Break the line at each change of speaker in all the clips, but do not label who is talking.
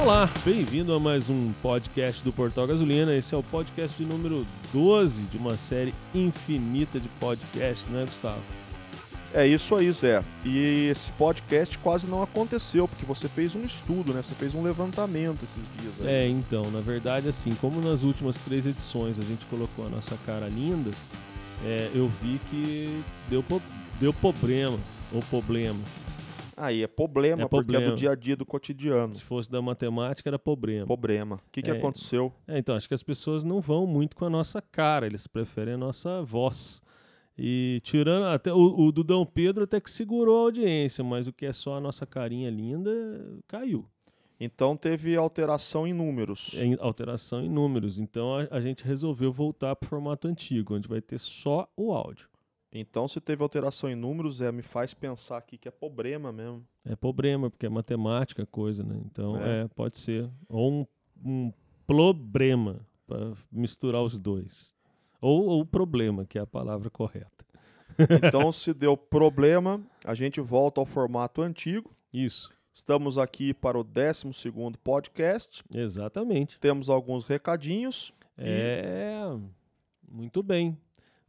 Olá, bem-vindo a mais um podcast do Portal Gasolina. Esse é o podcast de número 12 de uma série infinita de podcasts, né, Gustavo?
É isso aí, Zé. E esse podcast quase não aconteceu, porque você fez um estudo, né? Você fez um levantamento esses dias. aí.
É, então, na verdade, assim, como nas últimas três edições a gente colocou a nossa cara linda, é, eu vi que deu, po- deu problema, ou problema.
Aí é problema,
É
porque é
problema.
do dia a dia, do cotidiano.
Se fosse da matemática, era problema.
Problema. O que, que
É.
aconteceu?
É, então, acho que as pessoas não vão muito com a nossa cara, eles preferem a nossa voz. E tirando até o, o do Dom Pedro até que segurou a audiência, mas o que é só a nossa carinha linda caiu.
Então teve alteração em números.
É em- alteração em números. Então a, a gente resolveu voltar pro formato antigo, onde vai ter só o áudio.
Então se teve alteração em números, Zé, me faz pensar aqui que é problema mesmo.
É problema, porque é matemática a coisa, né? Então,
É.
é, pode ser. Ou um, um problema, para misturar os dois. Ou, ou problema, que é a palavra correta.
Então se deu problema, a gente volta ao formato antigo.
Isso,
Estamos aqui para o 12º podcast.
exatamente.
Temos alguns recadinhos.
É, muito bem.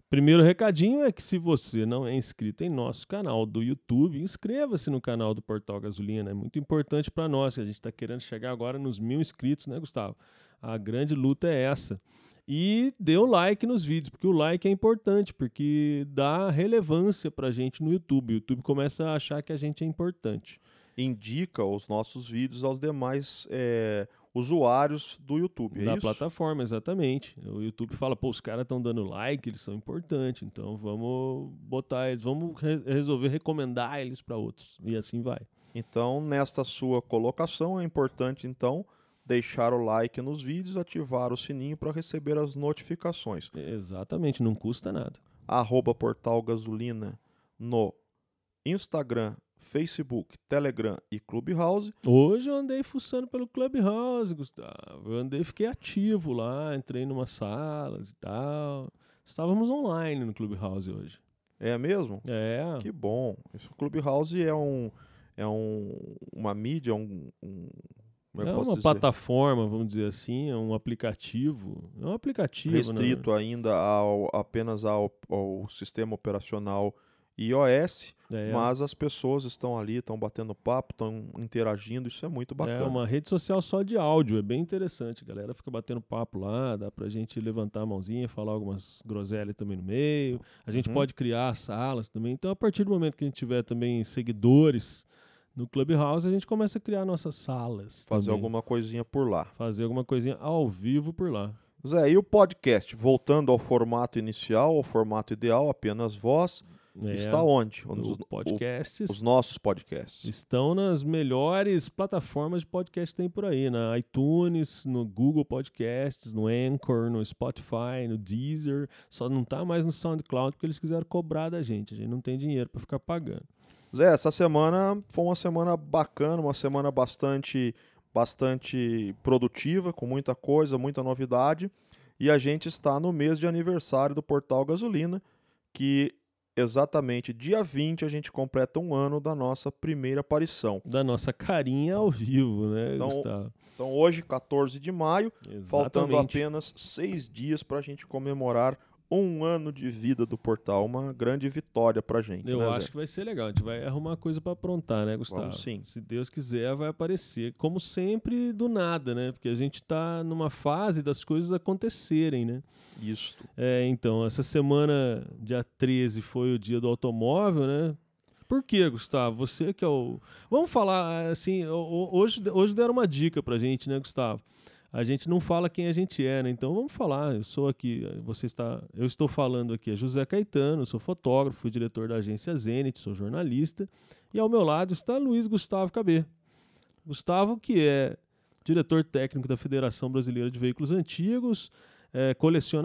Primeiro recadinho é que se você não é inscrito em nosso canal do YouTube, inscreva-se no canal do Portal Gasolina. É muito importante para nós, que a gente está querendo chegar agora nos mil inscritos, né, Gustavo? A grande luta é essa. E dê o like nos vídeos, porque o like é importante, porque dá relevância para a gente no YouTube. O YouTube começa a achar que a gente é importante.
indica os nossos vídeos aos demais é, usuários do YouTube. É
da
isso?
plataforma, exatamente. O YouTube fala, pô, os caras estão dando like, eles são importantes, então vamos botar eles, vamos re- resolver recomendar eles para outros. E assim vai.
Então, nesta sua colocação, é importante então deixar o like nos vídeos, ativar o sininho para receber as notificações.
Exatamente, não custa nada.
Arroba Portal Gasolina no Instagram, Facebook, Telegram e Clubhouse.
Hoje eu andei fuçando pelo Clubhouse, Gustavo. Eu andei, fiquei ativo lá, entrei numas salas e tal. Estávamos online no Clubhouse hoje.
É mesmo?
É,
Que bom. Esse Clubhouse é um é um, uma mídia, um, um como é que
é
eu posso
uma
dizer?
plataforma, vamos dizer assim, é um aplicativo. É um aplicativo, né?
restrito ainda ao, apenas ao, ao sistema operacional iOS,
É.
mas as pessoas estão ali, estão batendo papo, estão interagindo, isso é muito bacana.
É uma rede social só de áudio, é bem interessante. A galera fica batendo papo lá, dá pra gente levantar a mãozinha, falar algumas groselhas também no meio. A gente
Uhum.
pode criar salas também. Então, a partir do momento que a gente tiver também seguidores no Clubhouse, a gente começa a criar nossas salas.
Fazer
também.
alguma coisinha por lá.
Fazer alguma coisinha ao vivo por lá.
Zé, e o podcast? Voltando ao formato inicial, ao formato ideal, apenas voz,
É,
está onde? Um dos-
o podcast
os nossos podcasts.
Estão nas melhores plataformas de podcast que tem por aí, na iTunes, no Google Podcasts, no Anchor, no Spotify, no Deezer. Só não tá mais no SoundCloud porque eles quiseram cobrar da gente. A gente não tem dinheiro para ficar pagando.
Zé, essa semana foi uma semana bacana, uma semana bastante, bastante produtiva, com muita coisa, muita novidade. E a gente está no mês de aniversário do Portal Gasolina, que exatamente dia 20 a gente completa um ano da nossa primeira aparição.
Da nossa carinha ao vivo, né,
Então,
Gustavo?
Então hoje, 14 de maio, faltando
Exatamente.
apenas seis dias para a gente comemorar um ano de vida do Portal. Uma grande vitória para a gente.
Eu
né, Zé?
acho que vai ser legal. A gente vai arrumar coisa pra aprontar, né, Gustavo?
Vamos sim.
Se Deus quiser, vai aparecer. Como sempre, do nada, né? Porque a gente tá numa fase das coisas acontecerem, né?
Isso.
É, então, essa semana, dia 13, foi o dia do automóvel, né? Por que, Gustavo? Você que é o. Vamos falar assim, ho- ho- hoje, hoje deram uma dica pra gente, né, Gustavo? A gente não fala quem a gente é, né? Então vamos falar. Eu sou aqui, você está. Eu estou falando aqui, é José Caetano, eu sou fotógrafo, fui diretor da agência Zenit, sou jornalista. E ao meu lado está Luiz Gustavo Cabê. Gustavo, que é diretor técnico da Federação Brasileira de Veículos Antigos, é,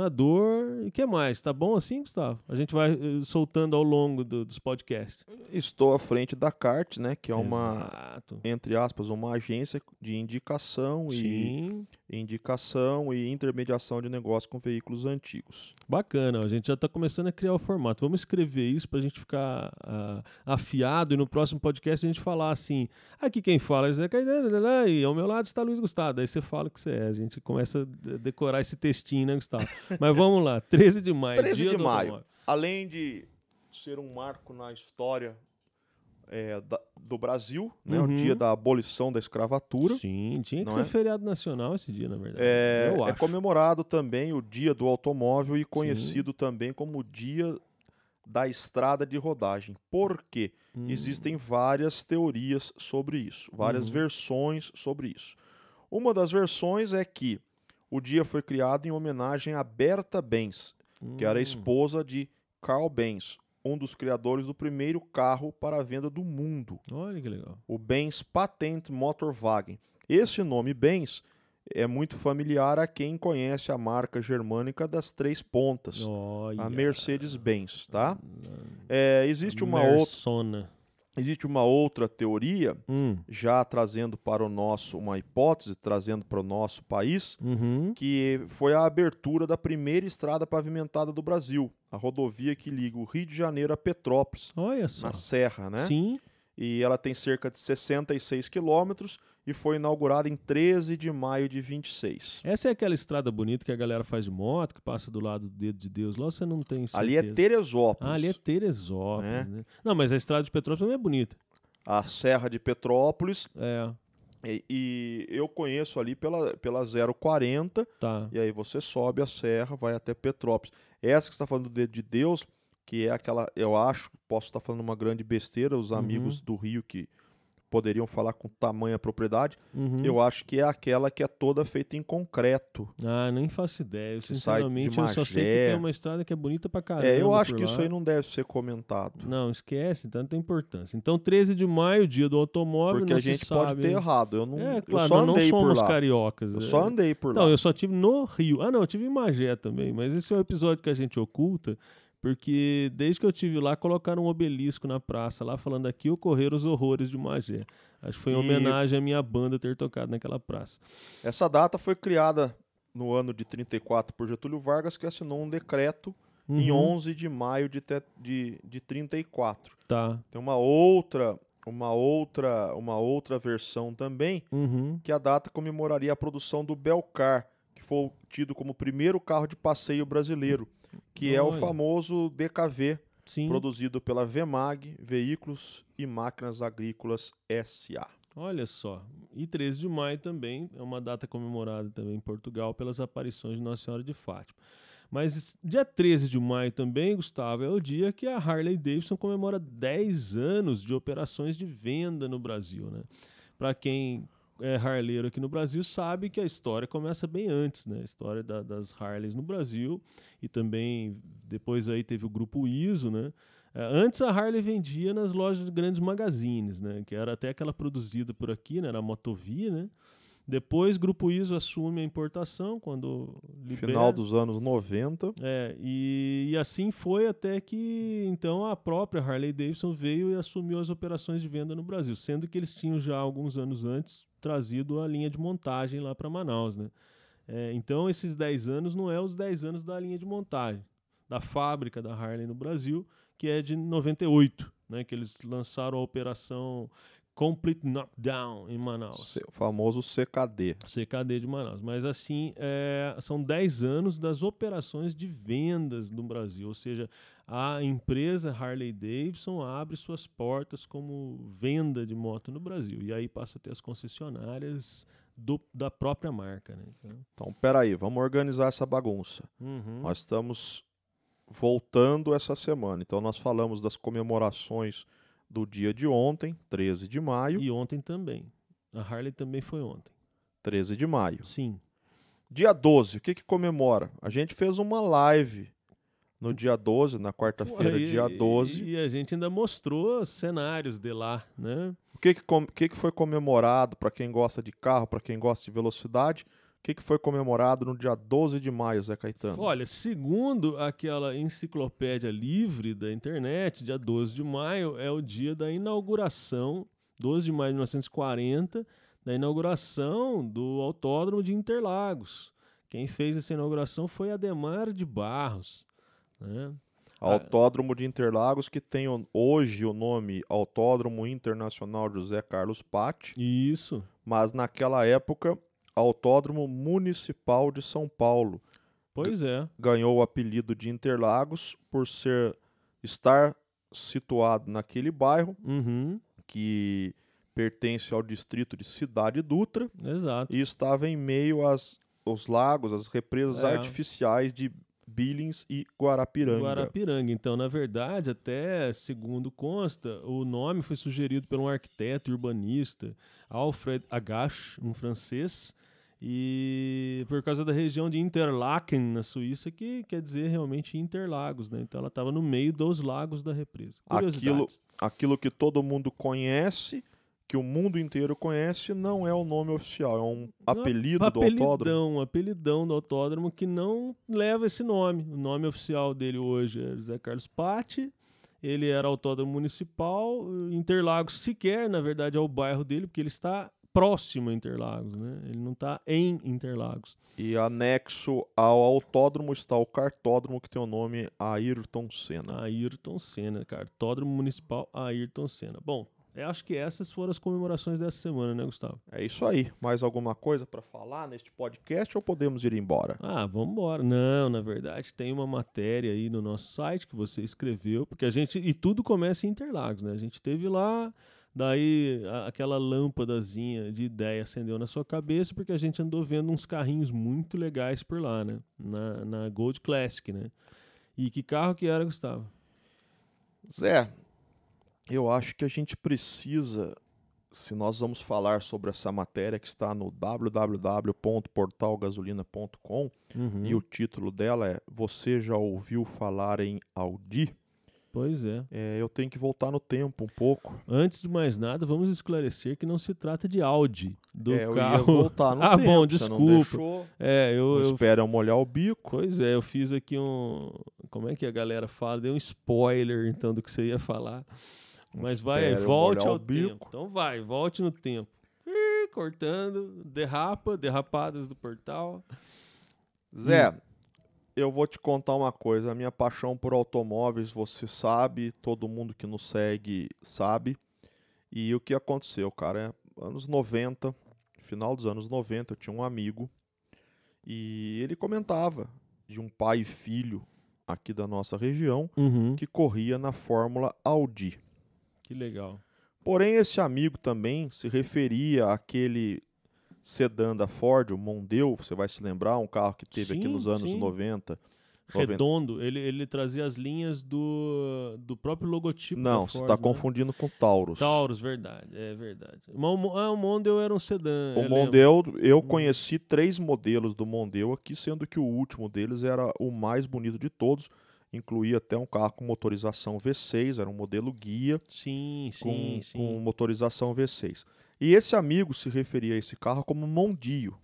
colecionador e o que mais? Tá bom assim, Gustavo? A gente vai eh, soltando ao longo do- dos podcasts.
Estou à frente da CART, né? Que é uma,
Exato.
entre aspas, uma agência de indicação e
Sim.
indicação e intermediação de negócio com veículos antigos.
Bacana, ó, a gente já está começando a criar o formato. Vamos escrever isso para a gente ficar ah, afiado e no próximo podcast a gente falar assim: aqui quem fala é José Caetano, lá, lá, e ao meu lado está Luiz Gustavo. Daí você fala o que você é. A gente começa a de- decorar esse textinho, né, Gustavo? Mas vamos lá, 13 de maio.
13
dia
de
do
maio.
automóvel.
Além de ser um marco na história é, da- do Brasil, né?
Uhum.
O dia da abolição da escravatura.
Sim, tinha que
Não
ser
é?
feriado nacional esse dia, na verdade.
É,
Eu
é
acho.
comemorado também o Dia do Automóvel e conhecido também como o Dia da Estrada de Rodagem. Por quê?
Hum,
Existem várias teorias sobre isso, várias
Uhum.
versões sobre isso. Uma das versões é que o dia foi criado em homenagem a Berta Benz, que era a
hum.
esposa de Carl Benz, um dos criadores do primeiro carro para a venda do mundo
Hum, Olha que legal.
o Benz Patent Motorwagen. Esse nome Benz é muito familiar a quem conhece a marca germânica das três pontas,
Olha. Hum.
a Mercedes-Benz, tá? É, Ah, existe, uma outra,
Mersona.
existe uma outra teoria,
Hum,
já trazendo para o nosso, uma hipótese, trazendo para o nosso país,
uhum.
que foi a abertura da primeira estrada pavimentada do Brasil, a rodovia que liga o Rio de Janeiro a Petrópolis,
Olha só.
na Serra, né?
Sim.
e ela tem cerca de 66 quilômetros e foi inaugurada em 13 de maio de 26.
Essa é aquela estrada bonita que a galera faz de moto, que passa do lado do dedo de Deus. Lá você não tem certeza.
Ali é Teresópolis.
Ah, ali é Teresópolis,
É.
né? Não, mas a estrada de Petrópolis também é bonita.
A Serra de Petrópolis
É,
e, e eu conheço ali pela, pela 040
tá.
e aí você sobe a serra, vai até Petrópolis. Essa que você está falando do dedo de Deus, que é aquela, eu acho, posso estar falando uma grande besteira,
Uhum.
os amigos do Rio que poderiam falar com tamanha propriedade,
Uhum.
eu acho que é aquela que é toda feita em concreto.
Ah, nem faço ideia. Eu,
Que sai de
sinceramente, eu só sei que
Magé.
tem uma estrada que é bonita pra caramba.
é, eu acho
por
que isso
lá.
aí não deve ser comentado.
Não, esquece, então não tem importância. Então, 13 de maio, dia do automóvel,
Porque
não
a
se
gente
sabe.
pode ter errado. Eu, não,
É,
eu
claro,
só
nós não
andei por
somos
lá.
cariocas.
Eu
é.
só andei por
Não,
lá.
eu só tive no Rio. Ah, não, eu tive em Magé também, mas esse é um episódio que a gente oculta, porque desde que eu tive lá, colocaram um obelisco na praça lá falando aqui ocorreram os horrores de Magé. Acho que foi em
E-
homenagem à minha banda ter tocado naquela praça.
Essa data foi criada no ano de 34 por Getúlio Vargas, que assinou um decreto em
Uhum,
11 de maio de, te- de, de 34.
Tá.
Tem uma outra, uma outra, uma outra versão também,
Uhum.
que a data comemoraria a produção do Belcar, que foi tido como o primeiro carro de passeio brasileiro, que é o
Olha.
famoso DKV,
Sim.
produzido pela VEMAG, Veículos e Máquinas Agrícolas SA.
Olha só. E 13 de maio também é uma data comemorada também em Portugal pelas aparições de Nossa Senhora de Fátima. Mas dia 13 de maio também, Gustavo, é o dia que a Harley Davidson comemora 10 anos de operações de venda no Brasil, né? Para quem é harleiro aqui no Brasil sabe que a história começa bem antes, né? A história da- das Harleys no Brasil e também depois aí teve o grupo ISO, né? É, Antes a Harley vendia nas lojas de grandes magazines, né? Que era até aquela produzida por aqui, né? Era a Motovia, né? Depois Grupo ISO assume a importação quando libera.
Final dos anos 90.
É, e, e assim foi até que então a própria Harley Davidson veio e assumiu as operações de venda no Brasil, sendo que eles tinham já alguns anos antes trazido a linha de montagem lá para Manaus, né? É, então esses 10 anos não é os 10 anos da linha de montagem da fábrica da Harley no Brasil, que é de 98, né, que eles lançaram a operação Complete Knockdown em Manaus.
se- O famoso CKD.
CKD de Manaus. Mas assim, é, são 10 anos das operações de vendas no Brasil. Ou seja, a empresa Harley Davidson abre suas portas como venda de moto no Brasil. E aí passa a ter as concessionárias do- da própria marca. Né? Então,
Então, peraí, vamos organizar essa bagunça.
uhum,
Nós estamos voltando essa semana. Então, nós falamos das comemorações do dia de ontem, 13 de maio.
E ontem também. A Harley também foi ontem.
13 de maio.
Sim.
Dia 12, o que, que comemora? A gente fez uma live no dia 12, na quarta-feira,
Pô, e-
dia 12.
E, a gente ainda mostrou cenários de lá, né?
O que, que, com- o que, que foi comemorado para quem gosta de carro, para quem gosta de velocidade? O que, que foi comemorado no dia 12 de maio, Zé Caetano?
Olha, segundo aquela enciclopédia livre da internet, dia 12 de maio é o dia da inauguração, 12 de maio de 1940, da inauguração do Autódromo de Interlagos. Quem fez essa inauguração foi Ademar de Barros, né?
Autódromo de Interlagos, que tem o- hoje o nome Autódromo Internacional José Carlos Patti,
Isso.
mas naquela época Autódromo Municipal de São Paulo.
Pois é.
Ganhou o apelido de Interlagos por ser estar situado naquele bairro
Uhum.
que pertence ao distrito de Cidade Dutra
Exato.
e estava em meio às, aos lagos, às represas
É.
artificiais de Billings e Guarapiranga.
Guarapiranga. Então, na verdade, até segundo consta, o nome foi sugerido por um arquiteto e urbanista, Alfred Agache, um francês, e por causa da região de Interlaken, na Suíça, que quer dizer realmente Interlagos, né? Então ela estava no meio dos lagos da represa.
Aquilo-
Curiosidades.
aquilo que todo mundo conhece, que o mundo inteiro conhece, não é o nome oficial, é um apelido do
apelidão,
autódromo.
apelidão do autódromo que não leva esse nome. O nome oficial dele hoje é José Carlos Patti. Ele era autódromo municipal. eh, Interlagos sequer, na verdade, é o bairro dele, porque ele está próximo a Interlagos, né? Ele não está em Interlagos.
E anexo ao autódromo está o cartódromo que tem o nome Ayrton Senna.
Ayrton Senna, cara. Autódromo municipal Ayrton Senna. Bom, eu acho que essas foram as comemorações dessa semana, né, Gustavo?
É isso aí. Mais alguma coisa para falar neste podcast ou podemos ir embora?
Ah, vamos embora. Não, na verdade, tem uma matéria aí no nosso site que você escreveu, porque a gente. E tudo começa em Interlagos, né? A gente teve lá, daí a- aquela lâmpadazinha de ideia acendeu na sua cabeça, porque a gente andou vendo uns carrinhos muito legais por lá, né? Na, na Gold Classic, né? E que carro que era, Gustavo?
Zé, eu acho que a gente precisa, se nós vamos falar sobre essa matéria que está no www.portalgasolina.com,
Uhum.
e o título dela é Você já ouviu falar em Audi?
Pois é.
É, eu tenho que voltar no tempo um pouco.
Antes de mais nada, vamos esclarecer que não se trata de Audi do
é, eu ia
carro.
voltar no
Ah,
tempo.
bom,
você
desculpa.
Não deixou.
É, eu,
Não
eu
espera eu molhar o bico.
Pois é, eu fiz aqui um. Como é que a galera fala? Dei um spoiler, então, do que você ia falar.
Um
Mas vai, aí,
espera eu
volte
molhar o
ao
bico.
tempo. Então vai, volte no tempo. Ih, cortando, derrapa, derrapadas do portal.
Zé, eu vou te contar uma coisa. A minha paixão por automóveis, você sabe, todo mundo que nos segue sabe. E o que aconteceu, cara? é, Anos 90, final dos anos 90, eu tinha um amigo e ele comentava de um pai e filho aqui da nossa região
Uhum. Que,
que corria na Fórmula Audi.
que legal.
Porém, esse amigo também se referia àquele sedã da Ford, o Mondeo, você vai se lembrar, um carro que teve aqui
Sim,
nos anos
sim.
90. 90.
Redondo, ele, ele trazia as linhas do, do próprio logotipo. da
Não, você
Ford,
está
né?
confundindo com Taurus.
Taurus, verdade, é verdade. Mas o Mo- Ah, o Mondeo era um sedã.
O
eu Uhum.
Mondeo, eu conheci três modelos do Mondeo aqui, sendo que o último deles era o mais bonito de todos, incluía até um carro com motorização V6, era um modelo guia
lembro. Sim, sim,
com,
sim.
com motorização V6. E esse amigo se referia a esse carro como Mondio.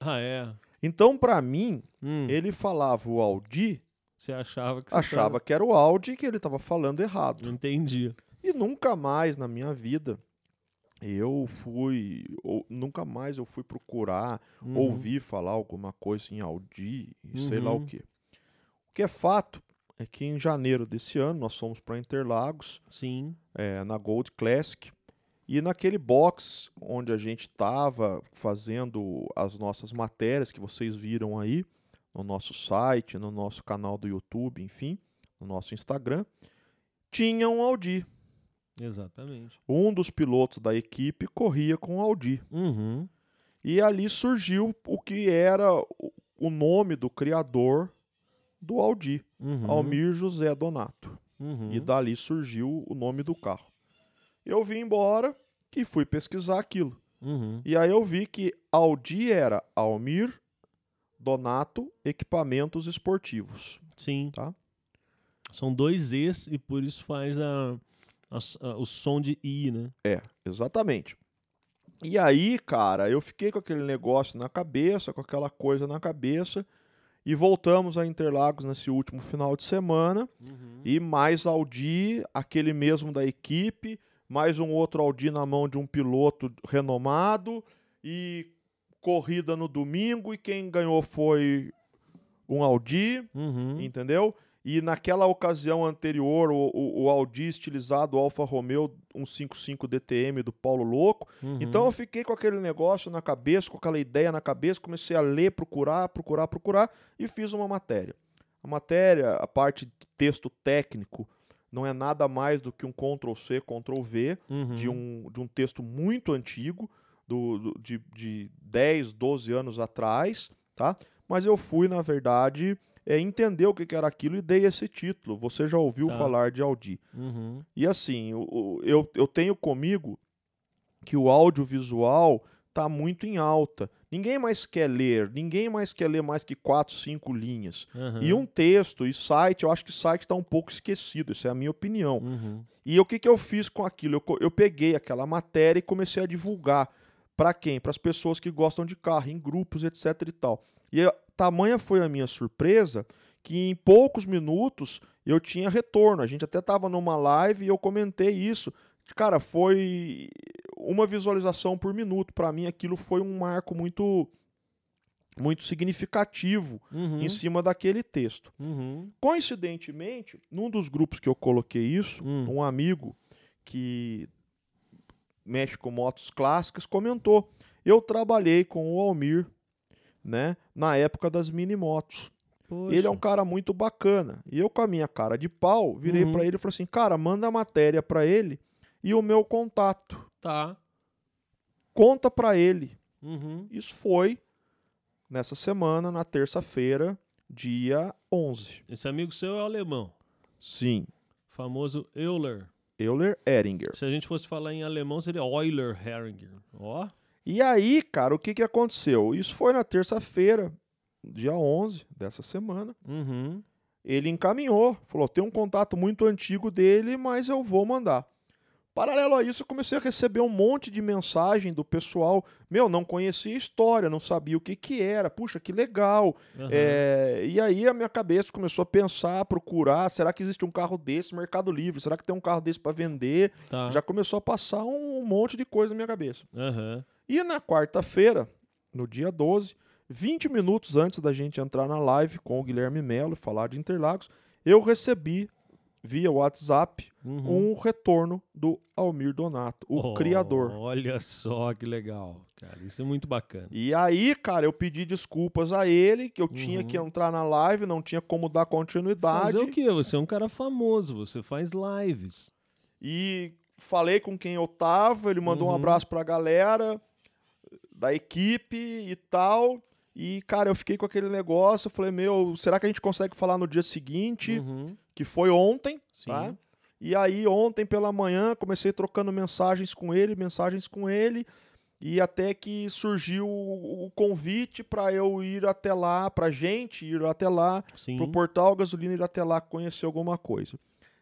Ah, é.
Então, para mim,
Hum,
ele falava o Audi,
Você achava que você
achava que era o Audi e que ele estava falando errado.
Tava... Entendi.
E nunca mais na minha vida eu fui, ou nunca mais eu fui procurar,
Uhum.
ouvir falar alguma coisa em Audi, e sei lá o
Uhum.
quê. O que é fato é que em janeiro desse ano nós fomos para Interlagos,
Sim.
eh, na Gold Classic, e naquele box onde a gente estava fazendo as nossas matérias que vocês viram aí, no nosso site, no nosso canal do YouTube, enfim, no nosso Instagram, tinha um Audi.
Exatamente.
Um dos pilotos da equipe corria com o Audi.
Uhum.
E ali surgiu o que era o- o nome do criador do Audi,
Uhum.
Almir José Donato.
Uhum.
E dali surgiu o nome do carro. Eu vim embora e fui pesquisar aquilo.
Uhum.
E aí eu vi que Audi era Almir Donato Equipamentos Esportivos.
Sim.
Tá?
São dois E's e por isso faz a, a- a- o som de I, né?
É, exatamente. E aí, cara, eu fiquei com aquele negócio na cabeça, com aquela coisa na cabeça, e voltamos a Interlagos nesse último final de semana.
Uhum.
E mais Audi, aquele mesmo da equipe, mais um outro Audi na mão de um piloto renomado, e corrida no domingo, e quem ganhou foi um Audi
Uhum.
entendeu? E naquela ocasião anterior, o, o, o Audi estilizado Alfa Romeo 155 DTM do Paulo Louco.
Uhum.
Então eu fiquei com aquele negócio na cabeça, com aquela ideia na cabeça, comecei a ler, procurar, procurar, procurar e fiz uma matéria. A matéria, a parte de texto técnico, não é nada mais do que um Ctrl C, Ctrl V
Uhum.
de, um, de um texto muito antigo, do, do- de, de 10, 12 anos atrás, tá? Mas eu fui, na verdade, é, entender o que, que era aquilo e dei esse título. Você já ouviu
Tá.
falar de Audi.
Uhum.
E assim, o- o- eu, eu tenho comigo que o audiovisual está muito em alta. Ninguém mais quer ler, ninguém mais quer ler mais que 4, 5 linhas.
Aham.
E um texto e site, eu acho que site está um pouco esquecido, essa é a minha opinião.
Uhum.
E o que, que eu fiz com aquilo? Eu, co- eu peguei aquela matéria e comecei a divulgar. Para quem? Para as pessoas que gostam de carro, em grupos, etc e tal. E a, tamanha foi a minha surpresa que em poucos minutos eu tinha retorno. A gente até estava numa live e eu comentei isso. Cara, foi uma visualização por minuto. Para mim aquilo foi um marco muito muito significativo
Uhum.
em cima daquele texto.
Uhum.
Coincidentemente, num dos grupos que eu coloquei isso,
Hum.
um amigo que mexe com motos clássicas comentou: Eu trabalhei com o Almir, né, na época das mini motos. Ele é um
Poxa.
cara muito bacana. E eu, com a minha cara de pau, virei
Uhum.
pra ele e falei assim: Cara, manda a matéria pra ele e o meu contato.
Tá.
Conta pra ele.
Uhum.
Isso foi nessa semana, na terça-feira, dia 11.
Esse amigo seu é o alemão.
Sim,
Famoso Euler.
Euler Ehringer.
Se a gente fosse falar em alemão, seria Euler Heringer. Ó.
E aí, cara, o que, que aconteceu? Isso foi na terça-feira, dia 11 dessa semana.
Uhum.
Ele encaminhou, falou: tem um contato muito antigo dele, mas eu vou mandar. Paralelo a isso, eu comecei a receber um monte de mensagem do pessoal. Meu, não conhecia a história, não sabia o que, que era. Puxa, que legal.
Aham.
É, e aí a minha cabeça começou a pensar, procurar: será que existe um carro desse no Mercado Livre? Será que tem um carro desse para vender?
Tá.
Já começou a passar um monte de coisa na minha cabeça.
Aham.
E na quarta-feira, no dia 12, 20 minutos antes da gente entrar na live com o Guilherme Melo e falar de Interlagos, eu recebi via WhatsApp
Uhum.
um retorno do Almir Donato, o
Oh,
criador.
Olha só que legal, cara. Isso é muito bacana.
E aí, cara, eu pedi desculpas a ele, que eu tinha
Uhum.
que entrar na live, não tinha como dar continuidade.
Fazer o quê? Você é um cara famoso, você faz lives.
E falei com quem eu tava, ele mandou um
Uhum.
abraço pra galera da equipe e tal. E, cara, eu fiquei com aquele negócio, eu falei, meu, será que a gente consegue falar no dia seguinte?
Uhum,
Que foi ontem,
Sim.
tá? E aí, ontem pela manhã, comecei trocando mensagens com ele, mensagens com ele. E até que surgiu o o convite pra eu ir até lá, pra gente ir até lá
Sim.
pro portal gasolina ir até lá conhecer alguma coisa.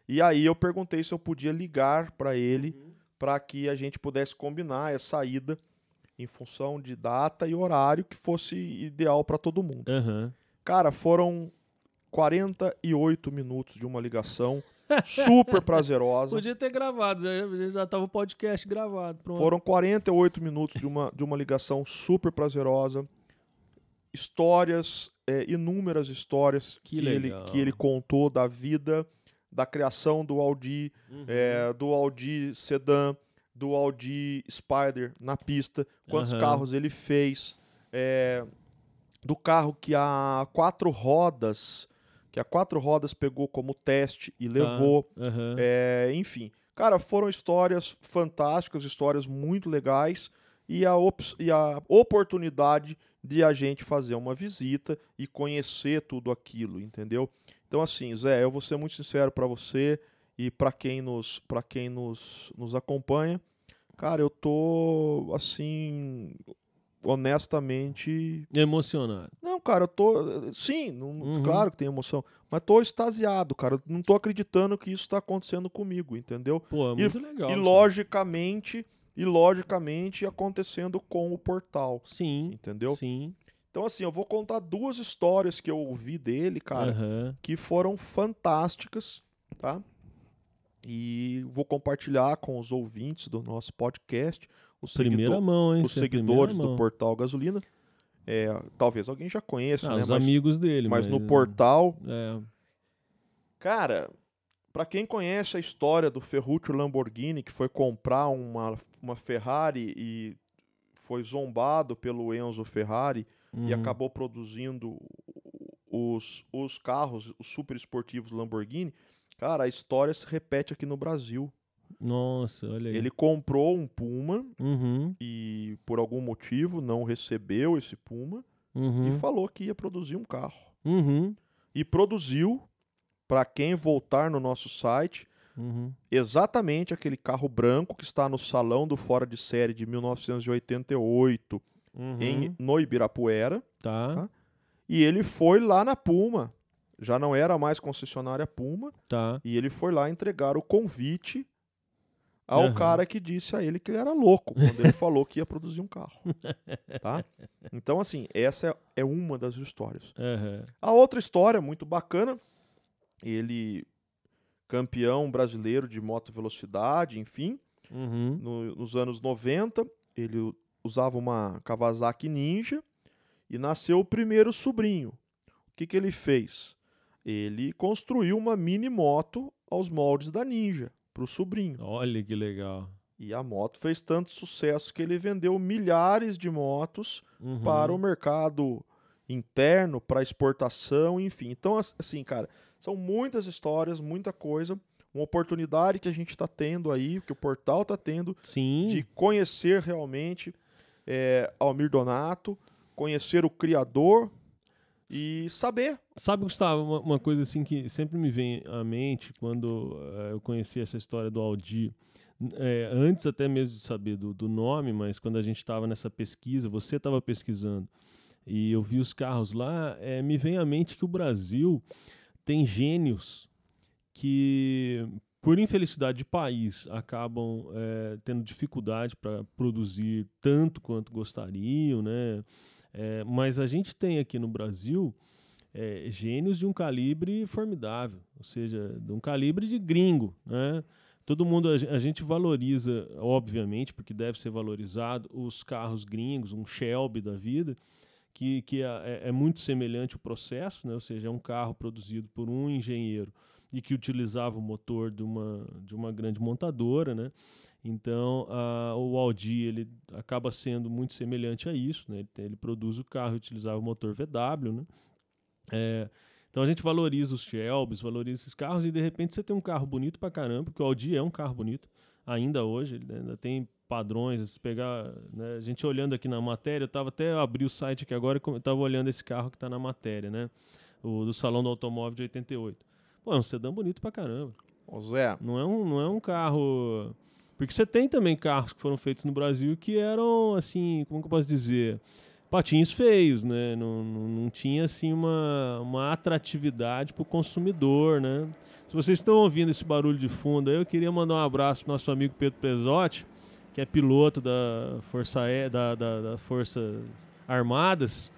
E aí eu perguntei se eu podia ligar para ele para que a gente pudesse combinar a saída em função de data e horário que fosse ideal para todo mundo.
Aham.
Cara, foram 48 minutos de uma ligação super prazerosa.
Podia ter gravado, já, já tava o podcast gravado. Pronto.
Foram 48 minutos de uma, de uma ligação super prazerosa. Histórias, é, inúmeras histórias
Que
ele,
legal.
que ele contou da vida, da criação do Audi,
Uhum.
é, do Audi Sedan, do Audi Spider na pista, quantos
Aham.
carros ele fez, é, do carro que a quatro rodas, que a quatro rodas pegou como teste e
Tá.
levou.
Aham.
É, enfim, cara, foram histórias fantásticas, histórias muito legais e a, ops- e a oportunidade de a gente fazer uma visita e conhecer tudo aquilo, entendeu? Então, assim, Zé, eu vou ser muito sincero pra você e pra quem nos, para quem nos, nos acompanha. Cara, eu tô assim, honestamente,
Emocionado.
não, cara, eu tô. eh, Sim, não-
Uhum.
claro que tem emoção. Mas tô extasiado, cara. Eu Não tô acreditando que isso tá acontecendo comigo, entendeu?
Pô, é
E-
muito legal.
e
isso.
logicamente, e logicamente acontecendo com o portal,
Sim.
entendeu?
Sim.
Então assim, eu vou contar duas histórias que eu ouvi dele, cara,
Aham.
que foram fantásticas, tá? E vou compartilhar com os ouvintes do nosso podcast, os,
Primeira
seguidor-
mão, hein?
os
Isso é primeira
seguidores do
mão.
portal Gasolina. É, talvez alguém já conheça,
Ah,
né?
os
mas-
amigos dele.
mas no
é,
portal
É,
Cara, pra quem conhece a história do Ferruccio Lamborghini, que foi comprar uma, uma Ferrari e foi zombado pelo Enzo Ferrari e
uhum.
acabou produzindo os, os carros, os super esportivos Lamborghini, cara, a história se repete aqui no Brasil.
Nossa, olha aí.
Ele comprou um Puma
Uhum,
e, por algum motivo, não recebeu esse Puma
uhum,
e falou que ia produzir um carro.
uhum,
E produziu, pra quem voltar no nosso site,
uhum.
exatamente aquele carro branco que está no salão do fora de série de 1988
uhum.
em no Ibirapuera
Tá,
e ele foi lá na Puma. Já não era mais concessionária Puma
tá.
e ele foi lá entregar o convite ao
Aham.
cara que disse a ele que ele era louco quando ele falou que ia produzir um carro, tá? Então assim, essa é- é uma das histórias.
Aham.
A outra história muito bacana, ele campeão brasileiro de moto velocidade, enfim,
Uhum.
no- nos anos 90, ele u- usava uma Kawasaki Ninja e nasceu o primeiro sobrinho. O que, que ele fez? Ele construiu uma mini moto aos moldes da Ninja para o sobrinho.
Olha que legal.
E a moto fez tanto sucesso que ele vendeu milhares de motos
Uhum.
para o mercado interno, para exportação, enfim. Então, as- assim, cara, são muitas histórias, muita coisa. Uma oportunidade que a gente está tendo aí, que o portal está tendo
Sim.
de conhecer realmente é, Almir Donato, conhecer o criador e saber.
Sabe, Gustavo, uma, uma coisa assim que sempre me vem à mente quando eh, eu conheci essa história do Aldir, n- eh, antes até mesmo de saber do, do nome, mas quando a gente estava nessa pesquisa, você estava pesquisando, e eu vi os carros lá, eh, me vem à mente que o Brasil tem gênios que, por infelicidade de país, acabam eh, tendo dificuldade para produzir tanto quanto gostariam, né? Eh, mas a gente tem aqui no Brasil é, gênios de um calibre formidável, ou seja, de um calibre de gringo, né? Todo mundo, a gen- a gente valoriza, obviamente, porque deve ser valorizado, os carros gringos, um Shelby da vida, que, que a- é, é muito semelhante o processo, né? ou seja, é um carro produzido por um engenheiro e que utilizava o motor de uma, de uma grande montadora, né? Então, a- o Audi ele acaba sendo muito semelhante a isso, né? Ele, tem- ele produz o carro e utilizava o motor VW, né? É, então a gente valoriza os Shelbys, valoriza esses carros e de repente você tem um carro bonito pra caramba, porque o Audi é um carro bonito ainda hoje, ele ainda tem padrões, se pegar, né, a gente olhando aqui na matéria, eu tava até eu abri o site aqui agora e estava olhando esse carro que tá na matéria, né? O do Salão do Automóvel de 88. Pô, é um sedã bonito pra caramba.
Ô Zé,
Não é um, não é um carro. Porque você tem também carros que foram feitos no Brasil que eram, assim, como que eu posso dizer? Patinhos feios, né? Não, não, não tinha, assim, uma, uma atratividade para o consumidor, né? Se vocês estão ouvindo esse barulho de fundo aí, eu queria mandar um abraço pro nosso amigo Pedro Pesotti, que é piloto da Força, Aé- da, da, da Forças Armadas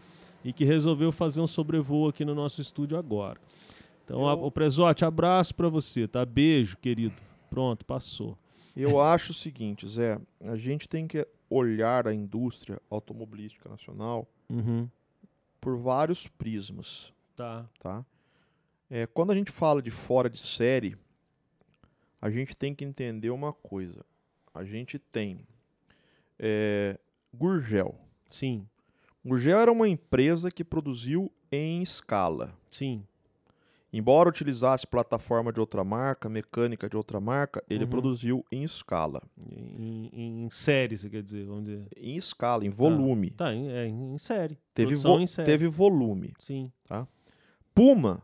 e que resolveu fazer um sobrevoo aqui no nosso estúdio agora. Então, a-
Eu-
o Presote, abraço pra você, tá? Beijo, querido. Pronto, passou.
eu acho o seguinte, Zé, a gente tem que olhar a indústria automobilística nacional
Uhum.
por vários prismas,
Tá.
tá? É, quando a gente fala de fora de série, a gente tem que entender uma coisa. A gente tem é, Gurgel.
Sim,
Gurgel era uma empresa que produziu em escala.
sim.
Embora utilizasse plataforma de outra marca, mecânica de outra marca, ele
Uhum.
produziu em escala.
Em, em- em série, você quer dizer, vamos dizer.
Em escala, em volume.
Tá, em, é, em série.
Teve,
Produção
vo-
em série.
teve volume.
Sim.
Puma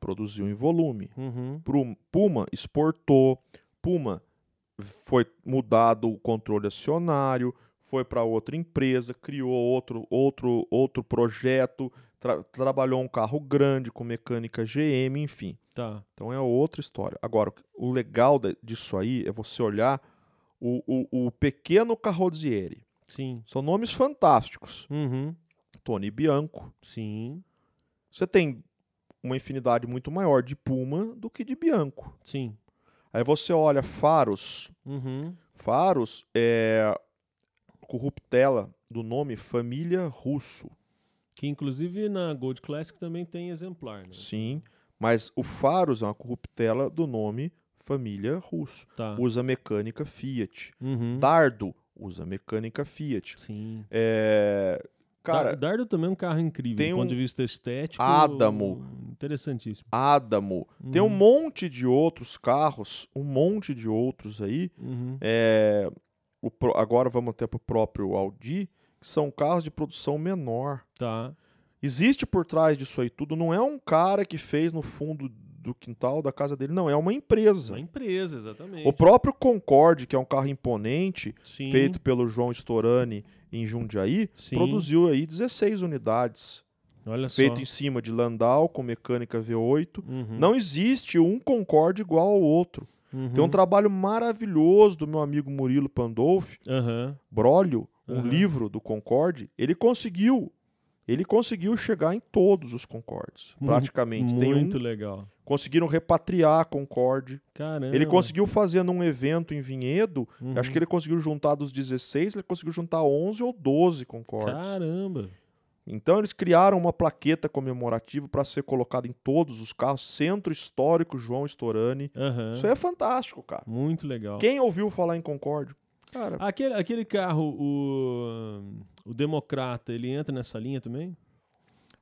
produziu em volume.
Uhum.
Prum- Puma exportou. Puma foi mudado o controle acionário, foi para outra empresa, criou outro, outro, outro projeto, tra- trabalhou um carro grande com mecânica GM, enfim.
Tá.
Então é outra história. Agora, o legal da- disso aí é você olhar o, o, o Pequeno Carrozieri.
Sim.
São nomes fantásticos.
Uhum.
Tony Bianco.
Sim.
Você tem uma infinidade muito maior de Puma do que de Bianco.
Sim.
Aí você olha Faros.
Uhum.
Faros é corruptela do nome família russo.
Que inclusive na Gold Classic também tem exemplar, né?
Sim, mas o Faros é uma corruptela do nome família russo.
Tá.
Usa mecânica Fiat.
Uhum.
Dardo usa mecânica Fiat.
Sim.
É,
Dar-
cara,
Dardo também é um carro incrível,
tem
do ponto de
um
vista estético.
Adamo.
Interessantíssimo.
Adamo. Tem um
Uhum.
monte de outros carros, um monte de outros aí.
Uhum.
É, o pro- agora vamos até pro próprio Audi, que são carros de produção menor.
Tá.
existe por trás disso aí tudo, não é um cara que fez no fundo do quintal da casa dele, não, é uma empresa.
Uma empresa, exatamente.
O próprio Concorde, que é um carro imponente,
Sim.
feito pelo João Storani em Jundiaí,
Sim.
produziu aí 16 unidades,
Olha só.
feito em cima de Landau com mecânica V8.
Uhum.
Não existe um Concorde igual ao outro.
Uhum.
Tem um trabalho maravilhoso do meu amigo Murilo Pandolfi,
Aham.
Brolio, um
Aham.
livro do Concorde, ele conseguiu. Ele conseguiu chegar em todos os Concordes,
Muito-
praticamente. Tem um,
Muito legal.
conseguiram repatriar a Concorde.
Caramba.
Ele conseguiu fazer num evento em Vinhedo,
Uhum.
acho que ele conseguiu juntar dos 16, ele conseguiu juntar 11 ou 12 Concordes.
Caramba.
Então eles criaram uma plaqueta comemorativa para ser colocada em todos os carros, Centro Histórico João Storani.
Aham.
Isso aí é fantástico, cara.
Muito legal.
Quem ouviu falar em Concorde? Cara,
Aquele, aquele carro, o, o Democrata, ele entra nessa linha também?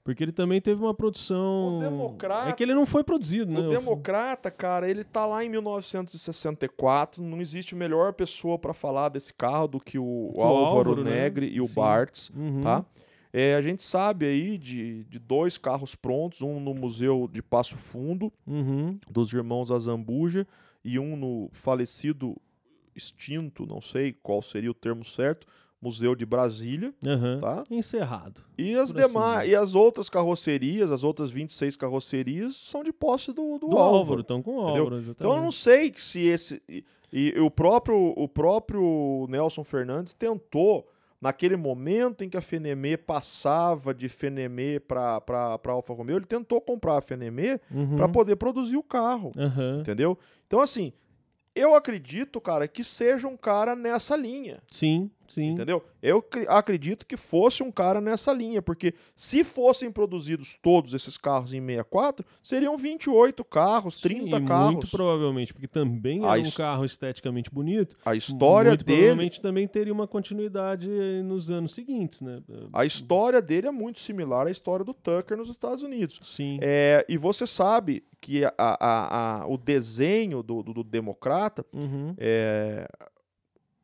Porque ele também teve uma produção.
O Democrata-
É que ele não foi produzido, né?
O democrata, cara, ele tá lá em 1964. Não existe melhor pessoa pra falar desse carro do que o,
Que o
Álvaro,
Álvaro, né?
Negre e o
Sim.
Bartz,
Uhum.
tá? É, a gente sabe aí de, de dois carros prontos, um no Museu de Passo Fundo,
Uhum.
dos irmãos Azambuja, e um no falecido, extinto, não sei qual seria o termo certo, Museu de Brasília,
Aham.
tá?
Encerrado.
E as
Por assim
demais,
dizer.
e as outras carrocerias, as outras 26 carrocerias, são de posse do, do,
Do Álvaro, né? estão com o
entendeu?
Álvaro, exatamente.
Então eu não sei que se esse. E, e o, próprio, o próprio Nelson Fernandes tentou, naquele momento em que a Fenemê passava de Fenemê para Alfa Romeo, ele tentou comprar a Fenemê
Uhum.
para poder produzir o carro.
Aham.
Entendeu? Então, assim, eu acredito, cara, que seja um cara nessa linha.
Sim, sim.
Entendeu? Eu cre- acredito que fosse um cara nessa linha, porque se fossem produzidos todos esses carros em 64, seriam 28 carros, 30
Sim, e
carros.
Muito provavelmente, porque também
A
era um
his-
carro esteticamente bonito.
A história
muito
dele,
provavelmente também teria uma continuidade eh, nos anos seguintes, né?
a história dele é muito similar à história do Tucker nos Estados Unidos.
Sim.
É, e você sabe que a- a- a- o desenho do, do- do democrata,
Uhum.
é,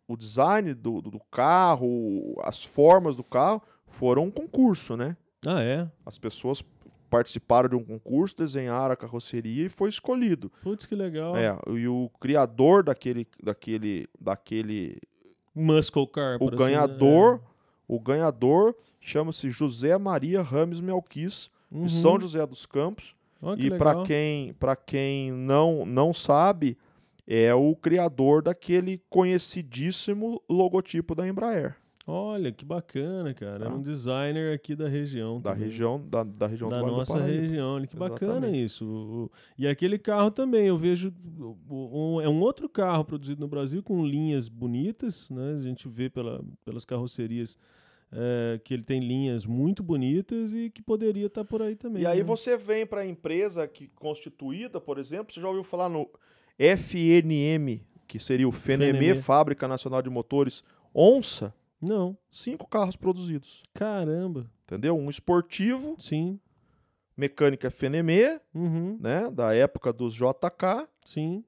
o design do, do- do carro, as formas do carro, foram um concurso, né?
Ah, é?
As pessoas participaram de um concurso, desenharam a carroceria e foi escolhido.
Putz, que legal.
É, e o criador daquele, daquele, daquele
Muscle Car,
O
por assim, né?
ganhador, o ganhador chama-se José Maria Rames Melquis,
É.
de
Uhum.
São José dos Campos.
Olha que
e para
legal.
quem, para quem não não sabe, é o criador daquele conhecidíssimo logotipo da Embraer,
Olha, que bacana, cara. Era
Tá.
um designer aqui da região.
da
também.
região da, da região
da
do Vale
nossa
do Paraíba.
região. Olha que bacana
Exatamente.
isso. O- o- e aquele carro também, eu vejo. o- o- um- é um outro carro produzido no Brasil com linhas bonitas, né? A gente vê pela, pelas carrocerias eh, que ele tem linhas muito bonitas e que poderia estar por aí também.
E aí
né?
você vem para a empresa que constituída, por exemplo, você já ouviu falar no FNM, que seria o FNM,
FNM.
Fábrica Nacional de Motores Onça,
Não,
cinco carros produzidos,
caramba,
entendeu? Um esportivo,
sim.
mecânica FNME,
Uhum,
né, da época dos JK,
sim.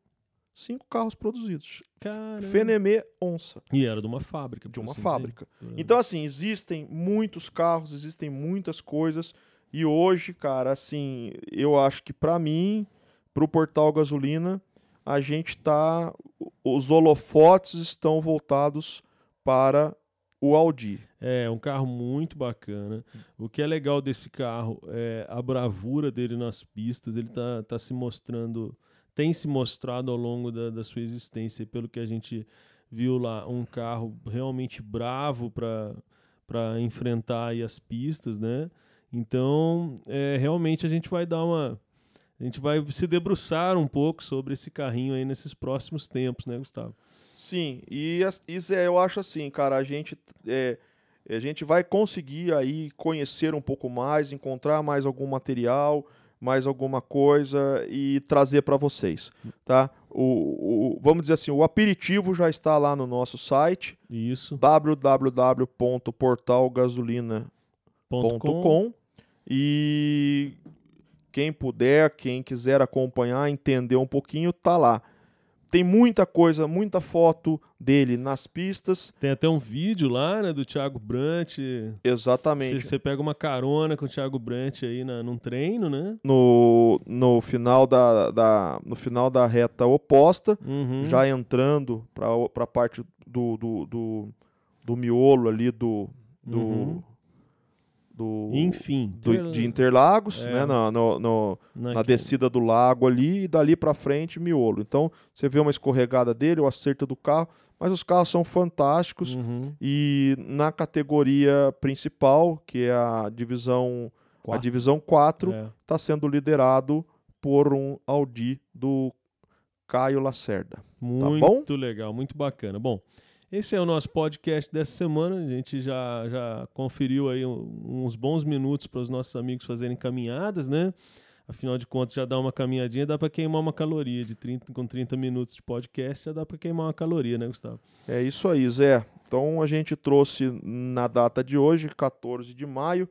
cinco carros produzidos.
Caramba.
FNME onça
E era de uma fábrica.
de
por
uma
assim
fábrica.
dizer.
Então assim, existem muitos carros, existem muitas coisas e hoje, cara, assim, eu acho que pra mim, pro Portal Gasolina, a gente tá os holofotes estão voltados para o Audi.
É, um carro muito bacana. O que é legal desse carro é a bravura dele nas pistas. Ele tá, tá se mostrando, tem se mostrado ao longo da, da sua existência, pelo que a gente viu lá um carro realmente bravo para enfrentar aí as pistas, né? Então, é, realmente a gente vai dar uma. A gente vai se debruçar um pouco sobre esse carrinho aí nesses próximos tempos, né, Gustavo?
Sim, e as- e Zé, eu acho assim, cara, a gente é, a gente vai conseguir aí conhecer um pouco mais, encontrar mais algum material, mais alguma coisa e trazer para vocês, tá? O, o- vamos dizer assim, o aperitivo já está lá no nosso site
Isso.
www.portalgasolina
Ponto com.
www.cultura.com. e quem puder, quem quiser acompanhar, entender um pouquinho, tá lá. Tem muita coisa, muita foto dele nas pistas,
Tem até um vídeo lá, né, do Thiago Brant. Você
exatamente.
você pega uma carona com o Thiago Brant aí na, num treino, né?
No, no final da, da no final da reta oposta,
Uhum.
já é entrando para a parte do, do, do, do miolo ali do do,
Uhum.
do-
Enfim.
do- de Interlagos,
É.
né, na- no- no,
na,
na descida do lago ali e dali pra frente miolo. Então você vê uma escorregada dele, o acerto do carro, mas os carros são fantásticos
Uhum.
e na categoria principal, que é a divisão a
Quatro.
divisão 4,
É.
está sendo liderado por um Audi do Caio Lacerda.
Muito legal, muito bacana. Bom, esse é o nosso podcast dessa semana. A gente já, já conferiu aí um- uns bons minutos para os nossos amigos fazerem caminhadas, né? Afinal de contas, já dá uma caminhadinha, dá para queimar uma caloria. De 30, com 30 minutos de podcast, já dá para queimar uma caloria, né, Gustavo?
É isso aí, Zé. Então a gente trouxe na data de hoje, 14 de maio,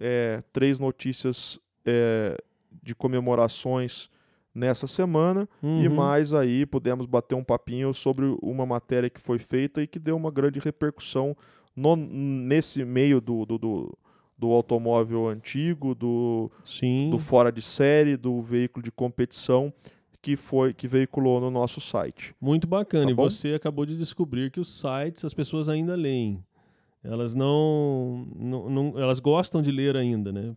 é, três notícias é, de comemorações nessa semana e
Uhum.
mais aí pudemos bater um papinho sobre uma matéria que foi feita e que deu uma grande repercussão no- nesse meio do, do, do- do automóvel antigo, do,
Sim.
do fora de série, do veículo de competição que foi que veiculou no nosso site.
Muito bacana.
Tá
e
bom?
você acabou de descobrir que os sites as pessoas ainda leem. Elas não, não, não- Elas gostam de ler ainda, né?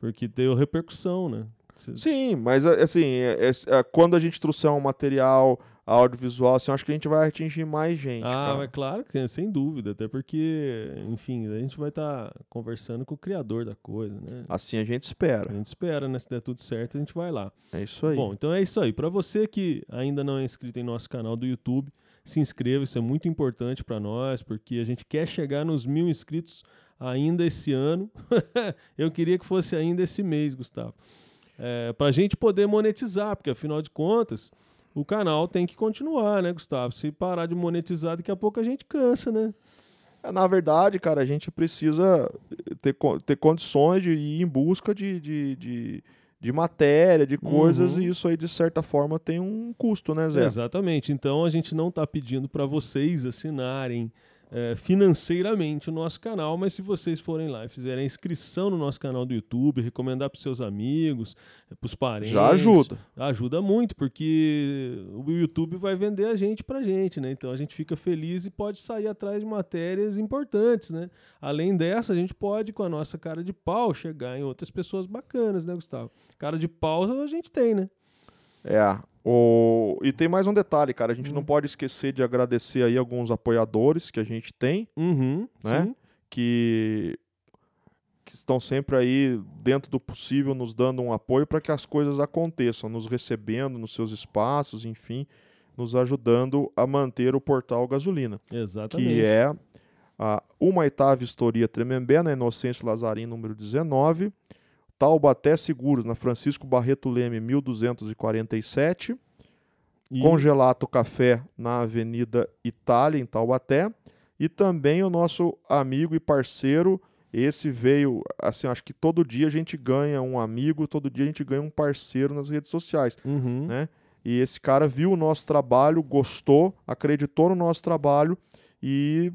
Porque deu repercussão, né? Cê-
Sim, mas a- assim, é- é- é- quando a gente trouxer um material audiovisual, assim, eu acho que a gente vai atingir mais gente.
ah,
cara.
é claro que sem dúvida. Até porque, enfim, a gente vai estar conversando com o criador da coisa, né?
Assim a gente
A
espera.
gente espera, né? Se der tudo certo, a gente vai lá.
É isso aí.
Bom, então é isso aí. Para você que ainda não é inscrito em nosso canal do YouTube, se inscreva, isso é muito importante para nós, porque a gente quer chegar nos mil inscritos ainda esse ano. Eu queria que fosse ainda esse mês, Gustavo. para a gente poder monetizar, porque afinal de contas, o canal tem que continuar, né, Gustavo? Se parar de monetizar, daqui a pouco a gente cansa, né?
É, Na verdade, cara, a gente precisa ter, co- ter condições de ir em busca de, de, de, de matéria, de coisas,
Uhum.
e isso aí, de certa forma, tem um custo, né, Zé?
Exatamente. Então a gente não está pedindo para vocês assinarem eh, financeiramente o nosso canal, mas se vocês forem lá e fizerem a inscrição no nosso canal do YouTube, recomendar para seus amigos, para os parentes,
Já ajuda.
Ajuda muito porque o YouTube vai vender a gente para gente, né? Então a gente fica feliz e pode sair atrás de matérias importantes, né? Além dessa, a gente pode com a nossa cara de pau chegar em outras pessoas bacanas, né, Gustavo? Cara de pau a gente tem, né?
É. O... E tem mais um detalhe, cara. A gente
Hum.
não pode esquecer de agradecer aí alguns apoiadores que a gente tem.
Uhum.
Né?
Sim.
que, que estão sempre aí dentro do possível nos dando um apoio para que as coisas aconteçam, nos recebendo nos seus espaços, enfim, nos ajudando a manter o portal Gasolina,
Exatamente.
que é a Humaitá Vistoria Tremembé, na Inocêncio Lazarim, número 19, Taubaté Seguros, na Francisco Barreto Leme, 1247,
E-
Congelato Café na Avenida Itália, em Taubaté. E também o nosso amigo e parceiro, esse veio, assim, acho que todo dia a gente ganha um amigo, todo dia a gente ganha um parceiro nas redes sociais.
Uhum.
né? E esse cara viu o nosso trabalho, gostou, acreditou no nosso trabalho e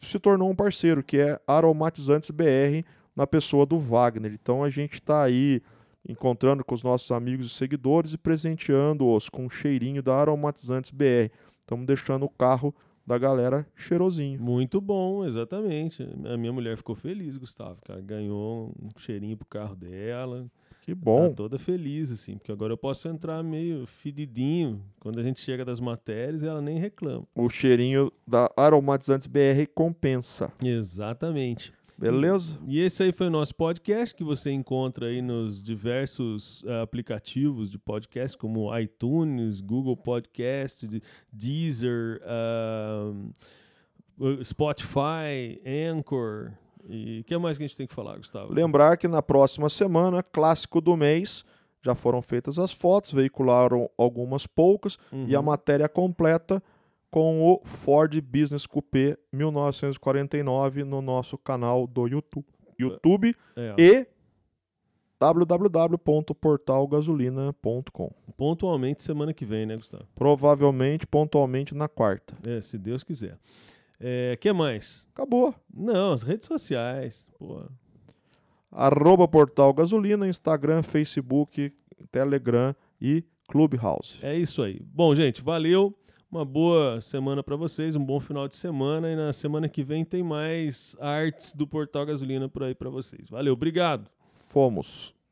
se tornou um parceiro, que é Aromatizantes BR, na pessoa do Wagner. Então a gente está aí encontrando com os nossos amigos e seguidores e presenteando-os com um cheirinho da Aromatizantes BR. Estamos deixando o carro da galera cheirosinho.
Muito bom, exatamente. A minha mulher ficou feliz, Gustavo. Cara, ganhou um cheirinho pro carro dela.
Que bom.
Tá toda feliz, assim, porque agora eu posso entrar meio fedidinho. Quando a gente chega das matérias, ela nem reclama.
O cheirinho da Aromatizantes BR compensa.
Exatamente.
Beleza?
E esse aí foi o nosso podcast, que você encontra aí nos diversos ah, aplicativos de podcast, como iTunes, Google Podcast, de- Deezer, ah, Spotify, Anchor. E o que mais que a gente tem que falar, Gustavo?
Lembrar que na próxima semana, clássico do mês, já foram feitas as fotos, veicularam algumas poucas
Uhum.
e a matéria completa com o Ford Business Coupé 1949 no nosso canal do YouTube, YouTube
É,
e www.portalgasolina.com.
Pontualmente semana que vem, né, Gustavo?
Provavelmente, pontualmente na quarta.
É, se Deus quiser. É, que mais?
Acabou.
Não, as redes sociais. Pô.
Arroba Portal Gasolina, Instagram, Facebook, Telegram e Clubhouse.
É isso aí. Bom, gente, valeu. Uma boa semana pra vocês, um bom final de semana. E na semana que vem tem mais artes do Portal Gasolina por aí pra vocês. Valeu, obrigado.
Fomos.